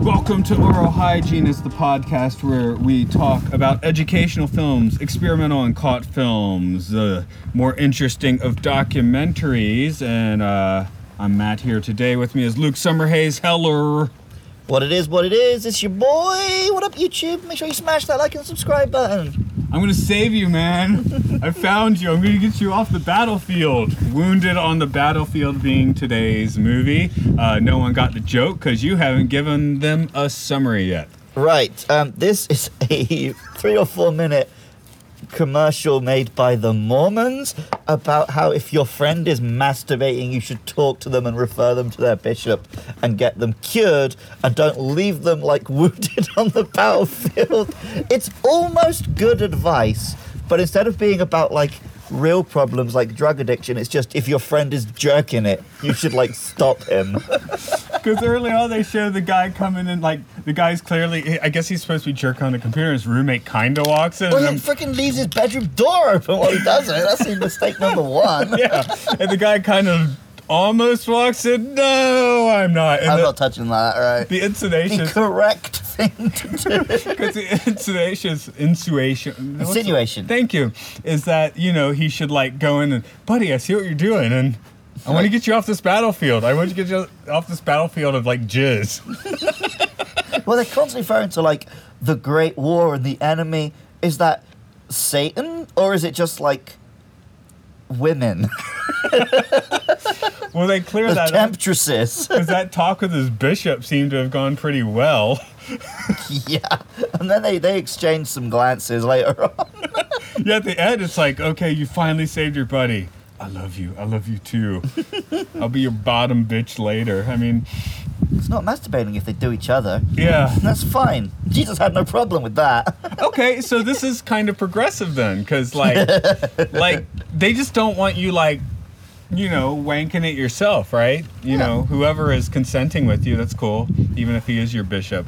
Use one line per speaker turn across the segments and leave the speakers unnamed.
Welcome to Oral Hygiene is the podcast where we talk about educational films, experimental and caught films, the more interesting of documentaries. And uh, I'm Matt here today. With me is Luke Summerhays Heller.
What it is, what it is, it's your boy. What up, YouTube? Make sure you smash that like and subscribe button.
I'm gonna save you, man. I found you. I'm gonna get you off the battlefield. Wounded on the battlefield being today's movie. Uh, no one got the joke because you haven't given them a summary yet.
Right, um, this is a three or four minute commercial made by the Mormons about how if your friend is masturbating, you should talk to them and refer them to their bishop and get them cured and don't leave them like wounded on the battlefield. It's almost good advice, but instead of being about like real problems like drug addiction, it's just if your friend is jerking it, you should like stop him.
Because early on they show the guy coming in, like the guy's clearly. I guess he's supposed to be jerking on the computer. His roommate kinda walks in,
Well,
and,
he freaking leaves his bedroom door open while he does it. That's the mistake number one.
I'm- yeah, and the guy kind of almost walks in. No, I'm not. And
I'm
the,
not touching that, right?
the
The
insinuation,
correct thing to do.
because the insinuation, insuation, what's the-
Insinuation.
Thank you. Is that you know he should like go in and buddy, I see what you're doing, and I want to get you off this battlefield. I want to get you off this battlefield of like jizz.
Well, they're constantly referring to like the Great War and the enemy. Is that Satan or is it just like women?
Well, they clear
The
that up.
temptresses.
Because that talk with his bishop seemed to have gone pretty well.
yeah. And then they, they exchange some glances later on.
Yeah, at the end, it's like, okay, you finally saved your buddy. I love you. I love you too. I'll be your bottom bitch later. I mean,
It's not masturbating if they do each other.
yeah.
That's fine. Jesus had no problem with that.
Okay, so this is kind of progressive then, because like, like they just don't want you like, you know, wanking it yourself, right? You know, whoever is consenting with you, that's cool, even if he is your bishop.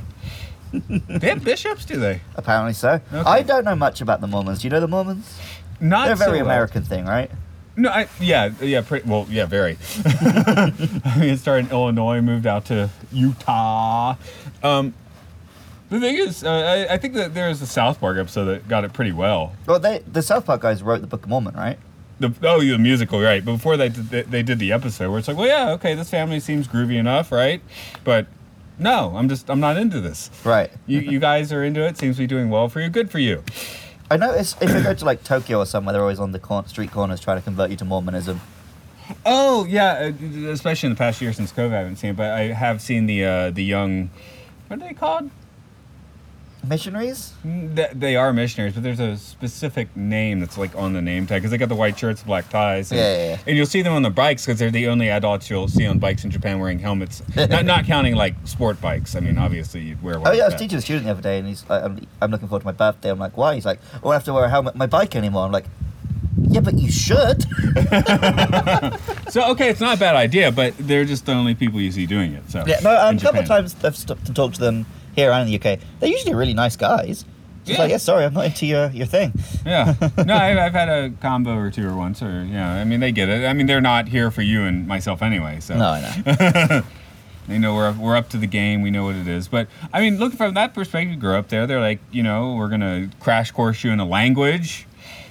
they have bishops, do they?
Apparently so. I don't know much about the Mormons. Do you know the Mormons?
Not
They're a very
so well.
American thing, right?
No, I, yeah, yeah, pretty, well, yeah, very. I mean, it started in Illinois, moved out to Utah. Um, the thing is, uh, I, I think that there is a South Park episode that got it pretty well.
Well, they the South Park guys wrote the Book of Mormon, right?
The, oh, the musical, right? But before they did, they, they did the episode where it's like, well, yeah, okay, this family seems groovy enough, right? But no, I'm just, I'm not into this.
Right.
You, you guys are into it. Seems to be doing well for you. Good for you.
I notice if you go to like Tokyo or somewhere, they're always on the cor- street corners trying to convert you to Mormonism.
Oh yeah, uh, especially in the past year since COVID, I haven't seen it, but I have seen the uh, the young. What are they called?
Missionaries?
Mm, th- They are missionaries, but there's a specific name that's like on the name tag because they got the white shirts, black ties, and,
Yeah, yeah, yeah.
and you'll see them on the bikes because they're the only adults you'll see on bikes in Japan wearing helmets. not, not counting like sport bikes. I mean, obviously you'd wear one.
Oh yeah, I was
but-
teaching a student the other day, and he's like, I'm, I'm looking forward to my birthday. I'm like, why? He's like, "Oh, I won't have to wear a helmet on my bike anymore. I'm like, yeah, but you should.
So okay, it's not a bad idea, but they're just the only people you see doing it. So
yeah, no, um,
in
a couple
Japan.
of times I've stopped to talk to them here and in the UK. They're usually really nice guys. Just
Yeah.
like, yeah, sorry, I'm not into your, your thing.
Yeah. No, I, I've had a combo or two or once or yeah. I mean, they get it. I mean, they're not here for you and myself anyway. So
No, I know.
They know we're we're up to the game. We know what it is. But I mean, look from that perspective, you grew up there. They're like, you know, we're gonna crash course you in a language,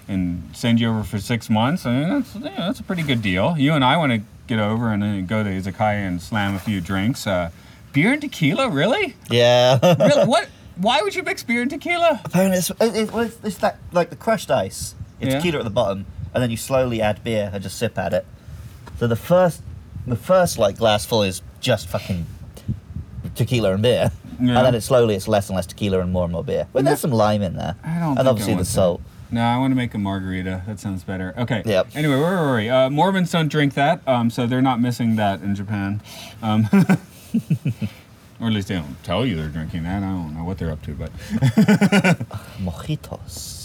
and send you over for six months. I mean, that's yeah, that's a pretty good deal. You and I want to get over and then go to izakaya and slam a few drinks. Uh, beer and tequila, really?
Yeah.
really? What? Why would you mix beer and tequila?
Apparently, it's, it, it, well, it's, it's that like the crushed ice. It's
Yeah.
tequila at the bottom, and then you slowly add beer and just sip at it. So the first, the first like glass full is just fucking tequila and beer,
Yeah.
and then it slowly it's less and less tequila and more and more beer. But there's some lime in there,
I don't.
and
think I
obviously
want
the
that.
salt.
No, I want to make a margarita. That sounds better. Okay.
Yep.
Anyway, where were we? Uh, Mormons don't drink that, um, so they're not missing that in Japan. Um, Or at least they don't tell you they're drinking that. I don't know what they're up to, but
Mojitos.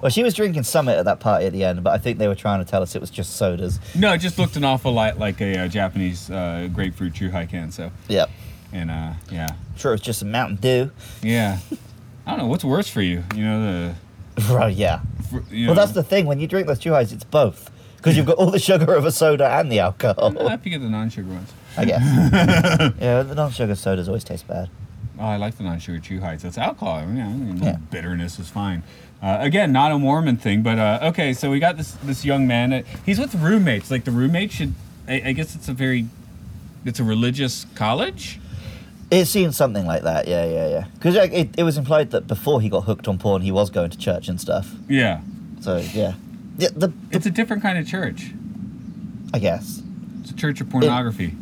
Well, she was drinking Summit at that party at the end, but I think they were trying to tell us it was just sodas.
no, it just looked an awful lot like a uh, Japanese uh, grapefruit chuhai can. So,
Yep.
and uh, yeah,
Sure, it was just a Mountain Dew.
yeah. I don't know what's worse for you. You know
Right, yeah.
the. fr- You
Well,
know,
that's the thing. When you drink those two highs, it's both. Because you've got all the sugar of a soda and the
I
alcohol,
have to get the non-sugar ones.
I guess. yeah, the non sugar sodas always taste bad.
Oh, I like the non-sugar chew heights. That's alcohol. I mean, yeah, I mean,
Yeah.
bitterness is fine. Uh, again, not a Mormon thing, but uh, okay. So we got this this young man. Uh, he's with roommates. Like the roommate should. I, I guess it's a very, it's a religious college.
It seems something like that, yeah, yeah, yeah. Because it, it was implied that before he got hooked on porn, he was going to church and stuff.
Yeah,
So, yeah. yeah the,
it's a different kind of church.
I guess.
It's a church of pornography.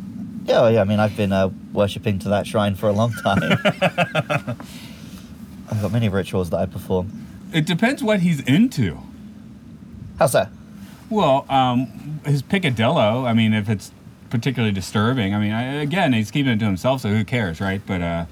Yeah, well, yeah, I mean, I've been uh, worshipping to that shrine for a long time. I've got many rituals that I perform.
It depends what he's into.
How's that?
Well, um, his picadillo. I mean, if it's particularly disturbing. I mean, I, again, he's keeping it to himself, so who cares, right? But uh,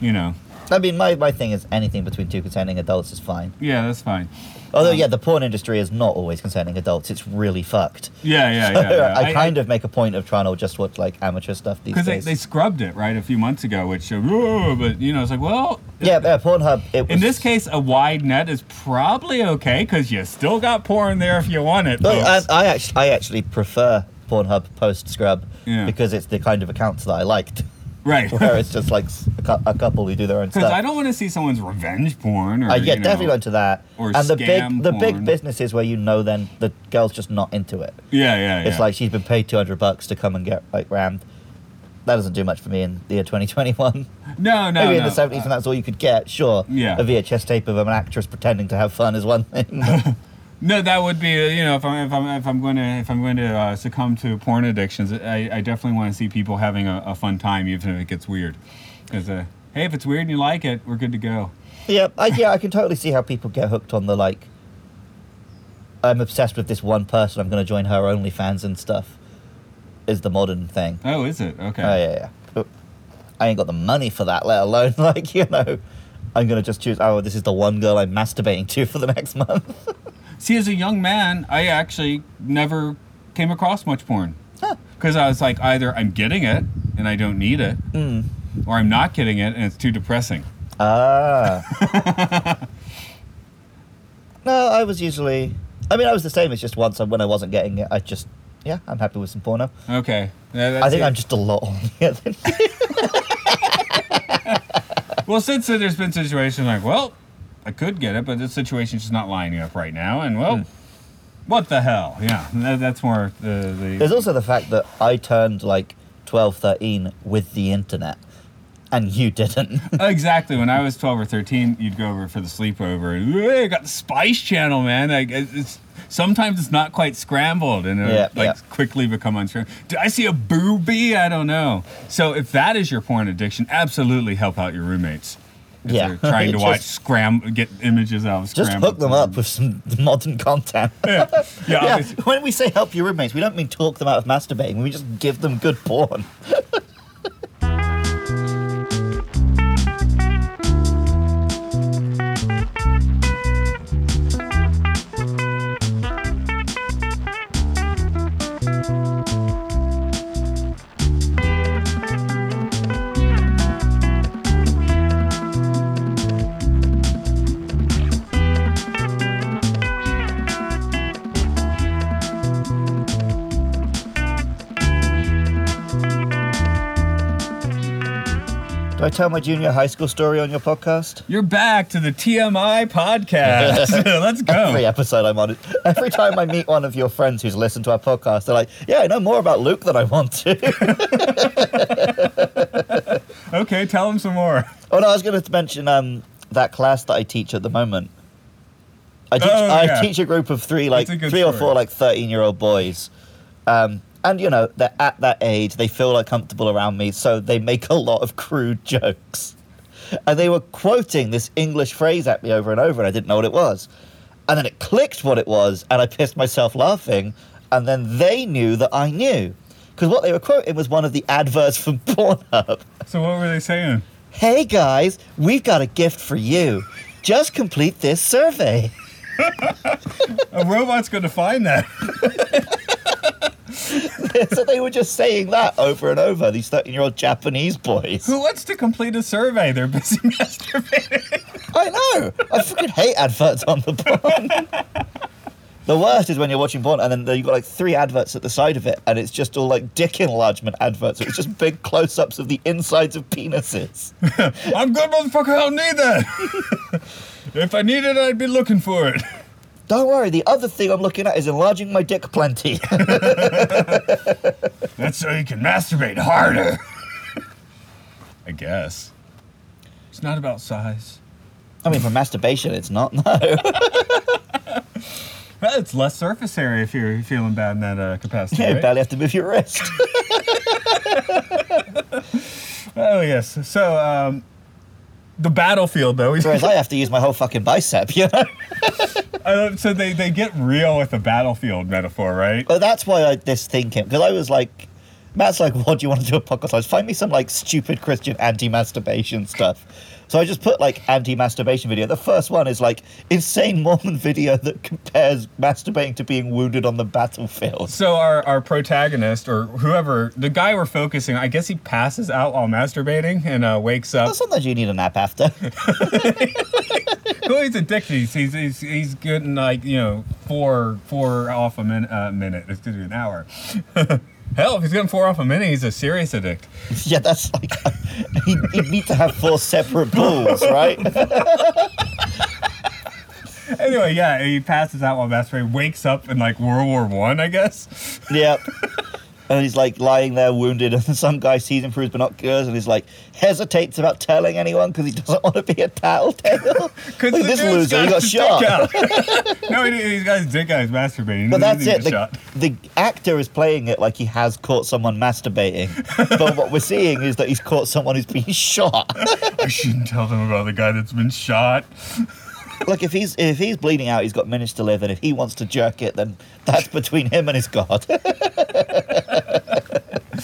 you know,
I mean, my, my thing is anything between two consenting adults is fine.
yeah, that's fine.
Although,
Um,
yeah, the porn industry is not always concerning adults. It's really fucked.
Yeah, yeah, yeah. yeah.
I, kind of make a point of trying to just watch like amateur stuff these
because they,
days.
they scrubbed it right a few months ago, which uh, "Whoa," but you know it's like well,
yeah, yeah, Pornhub. It was,
in this case a wide net is probably okay because you still got porn there if you want it.
Well,
folks.
I, I actually, I actually prefer Pornhub post scrub
Yeah.
because it's the kind of accounts that I liked,
right?
where it's just like s- a, cou- a couple who do their own
Because
stuff.
I don't want to see someone's revenge porn or
I Uh, yeah,
you know,
definitely went to that.
or
and
scam
the big, the
porn.
big businesses where you know, then the girl's just not into it.
Yeah, yeah, yeah.
It's like she's been paid two hundred bucks to come and get like rammed. That doesn't do much for me in the year twenty twenty one.
no, no,
Maybe
no.
in the 70s and that's all you could get, sure.
Yeah.
A VHS tape of an actress pretending to have fun is one thing.
No, that would be uh, you know if I'm if I'm if I'm going to if I'm going to uh, succumb to porn addictions, I, I definitely want to see people having a, a fun time even if it gets weird. Because uh, hey, if it's weird and you like it, we're good to go.
yeah, I, yeah, I can totally see how people get hooked on the like, I'm obsessed with this one person, I'm going to join her OnlyFans and stuff, is the modern thing.
Oh, is it okay?
Oh, yeah, yeah. But I ain't got the money for that, let alone, like, you know, I'm going to just choose, oh, this is the one girl I'm masturbating to for the next month.
See, as a young man, I actually never came across much porn. Because I was like, either I'm getting it and I don't need it,
Hmm.
or I'm not getting it and it's too depressing.
Ah. no, I was usually. I mean, I was the same. It's just once I- when I wasn't getting it, I just. Yeah, I'm happy with some porno.
Okay. Yeah, that's
I think
it.
I'm just a lot on it.
Well, since then, there's been situations like, well, I could get it, but this situation's just not lining up right now, and well,
Hmm.
what the hell? Yeah, that, that's more the. the
There's also the fact that I turned like 12, 13 with the internet, and you didn't.
Exactly. When I was 12 or 13, you'd go over for the sleepover and "Hey, I got the Spice Channel, man. Like it- it's sometimes it's not quite scrambled and it'll
Yeah,
like
yeah.
quickly become unscrambled. Did I see a booby? I don't know. So if that is your porn addiction, absolutely help out your roommates. If
Yeah.
they're trying to watch
Just-
scram get images out of
just
scrambled.
hook them up with some modern content.
Yeah. Yeah,
yeah,
obviously.
when we say help your roommates, we don't mean talk them out of masturbating. We just give them good porn. Do I tell my junior high school story on your podcast?
You're back to the TMI podcast. Let's go.
every episode I'm on it. Every time I meet one of your friends who's listened to our podcast, they're like, "Yeah, I know more about Luke than I want to."
Okay, tell them some more.
oh no, I was going to mention um, that class that I teach at the moment. I teach,
Oh, yeah.
I teach a group of three, like
a
three
good
or
story.
four, like thirteen-year-old boys, um, and you know they're at that age. They feel like comfortable around me, so they make a lot of crude jokes. And they were quoting this English phrase at me over and over, and I didn't know what it was. And then it clicked what it was, and I pissed myself laughing. And then they knew that I knew. Because what they were quoting was one of the adverts from Pornhub.
So what were they saying?
Hey guys, we've got a gift for you. Just complete this survey.
A robot's going to find that.
so they were just saying that over and over, these 13 year old Japanese boys.
Who wants to complete a survey? They're busy masturbating.
I know. I freaking hate adverts on the porn. the worst is when you're watching porn and then you've got like three adverts at the side of it, and it's just all like dick enlargement adverts. It's just big close-ups of the insides of penises.
I'm good, motherfucker. I don't need that. if I need it, I'd be looking for it.
Don't worry. The other thing I'm looking at is enlarging my dick plenty.
That's so you can masturbate harder. I guess. It's not about size.
I mean, for masturbation, it's not. No.
Well, it's less surface area if you're feeling bad in that uh, capacity.
You
right?
barely have to move your wrist.
Oh yes. So um, the battlefield, though.
Whereas I have to use my whole fucking bicep. You know.
I love- so they, they get real with the battlefield metaphor, right?
But that's why I, this thing came because I was like, Matt's like, "What do you want to do a podcast?" I was find me some like stupid Christian anti-masturbation stuff. So I just put like anti-masturbation video. The first one is like insane Mormon video that compares masturbating to being wounded on the battlefield.
So our, our protagonist or whoever the guy we're focusing, I guess he passes out while masturbating and uh, wakes up.
But sometimes you need a nap after.
well, he's addicted. He's, he's, he's, he's getting like you know four four off a min, uh, minute. It's gonna be an hour. Hell, if he's getting four off a minute, he's a serious addict.
yeah, that's like you you need to have four separate balls, right?
Anyway, yeah, he passes out while masturbating, wakes up in like World War One, I, guess.
Yep. And he's like lying there wounded, and some guy sees him through his binoculars, and he's like hesitates about telling anyone because he doesn't want to be a tattletale.
Because
Look at this loser, he got shot.
no, he, he's got his dick out. He's masturbating.
But
He
that's
didn't
it.
get shot.
The, the actor is playing it like he has caught someone masturbating, but what we're seeing is that he's caught someone who's been shot.
I shouldn't tell them about the guy that's been shot.
Look, if he's if he's bleeding out, he's got minutes to live, and if he wants to jerk it, then that's between him and his god.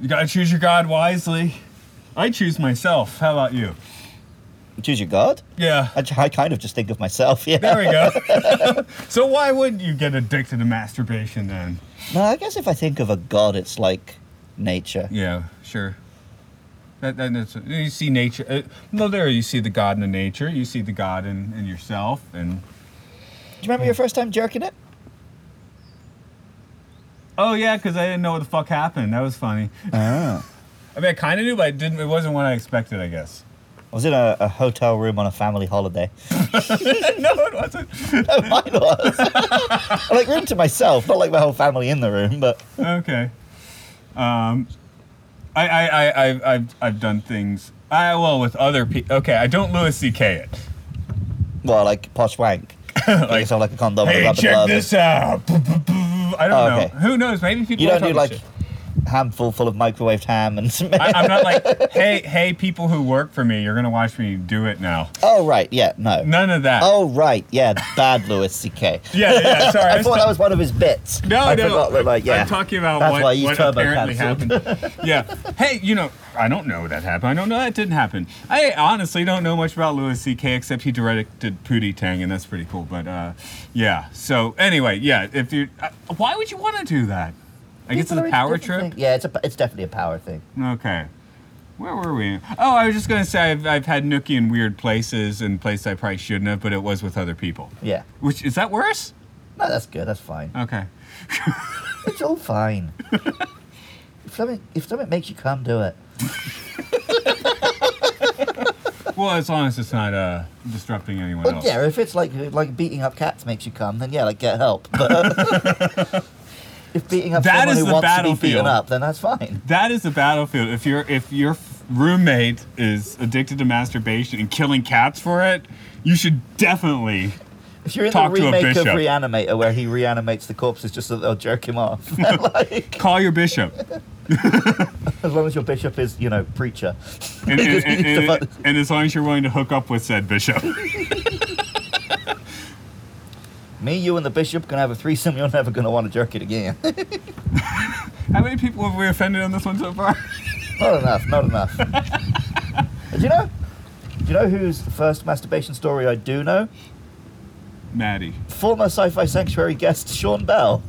You gotta choose your god wisely. I choose myself. How about you?
Choose your god.
Yeah.
I, I kind of just think of myself. Yeah.
There we go. so why wouldn't you get addicted to masturbation then?
No, I guess if I think of a god, it's like nature.
Yeah, sure. That, that, that's, you see nature. Uh, no, there you see the God in the nature. You see the God in, in yourself, and
Do you remember your first time jerking it?
oh yeah, because I didn't know what the fuck happened. That was funny. I mean, I kind of knew, but I didn't. It wasn't what I expected, I guess.
I was in a, a hotel room on a family holiday.
no, it wasn't.
Oh, Mine was. I like room to myself, not like my whole family in the room, but
okay. Um, I, I, I, I've, I've, I've done things. I well with other people. Okay, I don't Louis C.K. it.
well, like posh wank. Get
like,
yourself like a condom with a
hey,
rubber
check
glove.
this out. I don't
Oh,
know.
okay.
Who knows? Maybe people.
You
are
don't do
talking
like
shit.
handful full of microwaved ham and some.
I, I'm not like, hey, hey, people who work for me, you're gonna watch me do it now.
oh right, yeah, no.
None of that.
Oh right, yeah, bad Louis C.K.
Yeah, yeah. Sorry.
I
was
thought
ta-
that was one of his bits.
No,
I
no.
forgot that, like, yeah.
I'm talking about
That's
what,
why you
what
turbo
apparently
cancelled.
happened. yeah. Hey, you know, I don't know that happened. I don't know that didn't happen. I honestly don't know much about Louis C.K. except he directed Pootie Tang, and that's pretty cool. But uh, yeah. So anyway, yeah. If you, uh, why would you want to do that? I guess it's a power trip.
Yeah, it's a, it's definitely a power thing.
Okay. Where were we? Oh, I was just gonna say I've, I've had nookie in weird places and places I probably shouldn't have, but it was with other people.
Yeah.
Which is that worse?
No, that's good. That's fine.
Okay.
It's all fine. if something if something makes you come, do it.
Well, as long as it's not uh, disrupting anyone
Well,
else.
yeah, if it's like like beating up cats makes you come, then yeah, like get help. But uh, if beating up
That
someone
is
who
the
wants to be
battlefield.
beaten up, then that's fine.
That is the battlefield. If your if your f- roommate is addicted to masturbation and killing cats for it, you should definitely.
If you're in
Talk
the
to a
remake of
bishop.
Reanimator where he reanimates the corpses just so that they'll jerk him off, like
Call your bishop.
as long as your bishop is you know preacher,
And,
He
and,
just
and,
needs to
and-
fuck-
and as long as you're willing to hook up with said bishop.
Me, you, and the bishop gonna have a threesome. You're never gonna want to jerk it again.
How many people have we offended on this one so far?
not enough. Not enough. do you know? Do you know whose first masturbation story I do know?
Maddie.
Former Sci-Fi Sanctuary guest Sean Bell.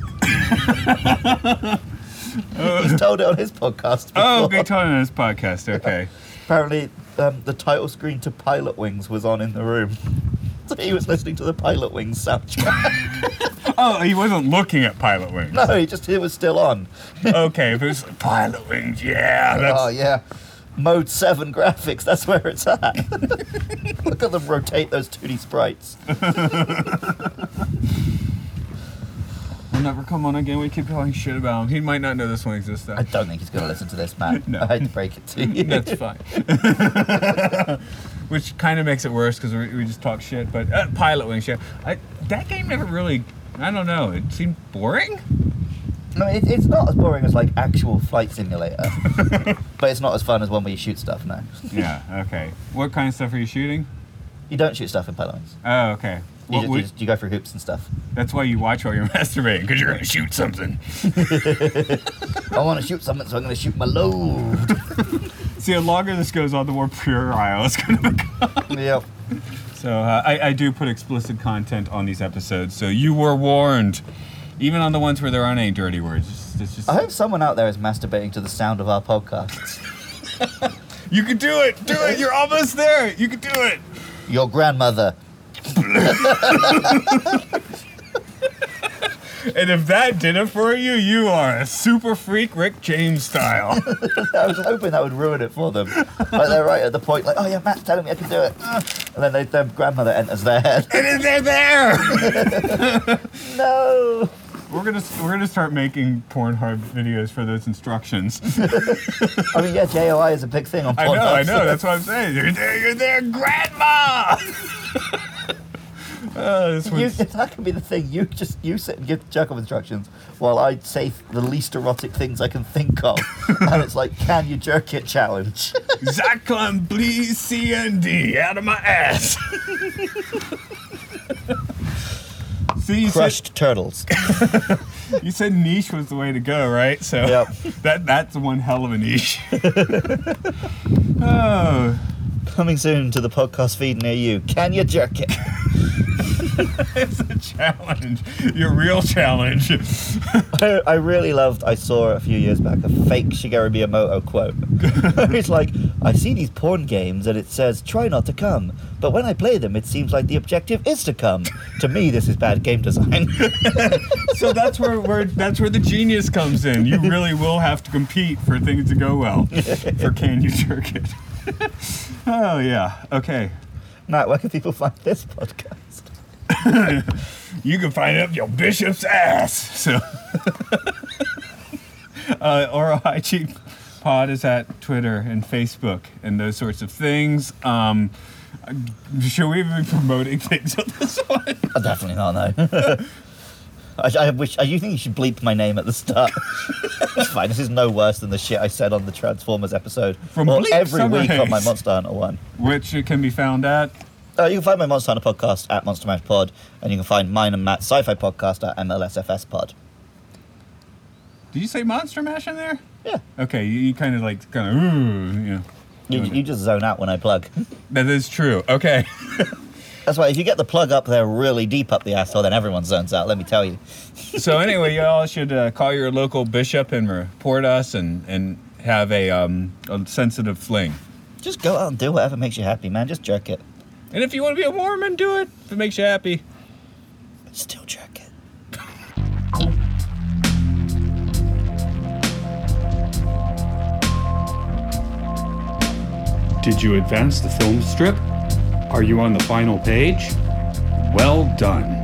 He's told it on his podcast. Before.
Oh, great time on this podcast. Okay.
Apparently, um, the title screen to Pilot Wings was on in the room. So he was listening to the Pilot Wings soundtrack.
Oh, he wasn't looking at Pilot Wings.
no, he just it was still on.
Okay, if it was Pilot Wings, yeah, that's
oh yeah, Mode Seven graphics. That's where it's at. Look at them rotate those 2D sprites.
We'll never come on again. We keep talking shit about him. He might not know this one exists though.
I don't think he's gonna listen to this, man.
No.
I hate to break it to you.
That's fine. Which kind of makes it worse because we, we just talk shit. But uh, Pilot Wing shit. I, that game never really. I don't know. It seemed boring.
No, it, it's not as boring as like actual flight simulator, but it's not as fun as one where you shoot stuff. No,
Yeah. Okay. What kind of stuff are you shooting?
you don't shoot stuff in Pilot Wings.
Oh, okay.
You,
What
just,
would-
you, just, you go through hoops and stuff.
that's why you watch while you're masturbating because you're gonna shoot something.
I want to shoot something, so I'm gonna shoot my load.
See, the longer this goes on, the more puerile it's gonna become.
yep.
So uh, I, I do put explicit content on these episodes, so you were warned. Even on the ones where there aren't any dirty words, it's, it's just
I hope someone out there is masturbating to the sound of our podcast.
you can do it. Do it. You're almost there. You can do it.
Your grandmother.
And if that did it for you, you are a super freak, Rick James style.
I was hoping that would ruin it for them. Like they're right at the point, like, oh yeah, Matt's telling me I can do it, and then they, their grandmother enters their head.
and then they're there.
No.
we're gonna s- we're gonna start making Pornhub videos for those instructions.
I mean, yeah, JOI is a big thing on
I know,
Pornhub.
I know.
so-
That's what I'm saying. You're there, you're there, Grandma. Uh, this
You,
one's-
that could be the thing. You just you sit and give jerk off instructions while I say the least erotic things I can think of, and it's like, can you jerk it challenge?
Zachlin, please CND out of my ass. See, you said,
turtles.
you said niche was the way to go, right? So
Yep.
that that's one hell of a niche. oh,
Coming soon to the podcast feed near you. Can you jerk it?
it's a challenge. Your real challenge.
I, I really loved. I saw a few years back a fake Shigeru Miyamoto quote. it's like I see these porn games and it says try not to come, but when I play them, it seems like the objective is to come. to me, this is bad game design.
so that's where, where that's where the genius comes in. You really will have to compete for things to go well. For can you jerk it? oh yeah. Okay.
Matt, where can people find this podcast?
you can find up your bishop's ass. So, uh, Oral Hygiene Pod is at Twitter and Facebook and those sorts of things. Um, should we be promoting things on this one?
Oh, definitely not. No. I, I wish. I, you think you should bleep my name at the start? it's fine. This is no worse than the shit I said on the Transformers episode.
From
or
bleep
every week on my
summaries.
Monster Hunter one.
Which it can be found at.
Uh, you can find my Monster Hunter podcast at Monster Mash Pod, and you can find mine and Matt's Sci-Fi podcast at MLSFS Pod.
Did you say Monster Mash in there?
Yeah,
Okay, you, you kind of like kind of ooh, you know.
you, you just zone out when I plug.
That is true. Okay.
That's why if you get the plug up there really deep up the asshole, then everyone zones out. Let me tell you.
so anyway, y'all should uh, call your local bishop and report us and and have a um a sensitive fling.
Just go out and do whatever makes you happy, man. Just jerk it.
And if you want to be a Mormon, do it. If it makes you happy.
Still jerk it.
Did you advance the film strip? Are you on the final page? Well done.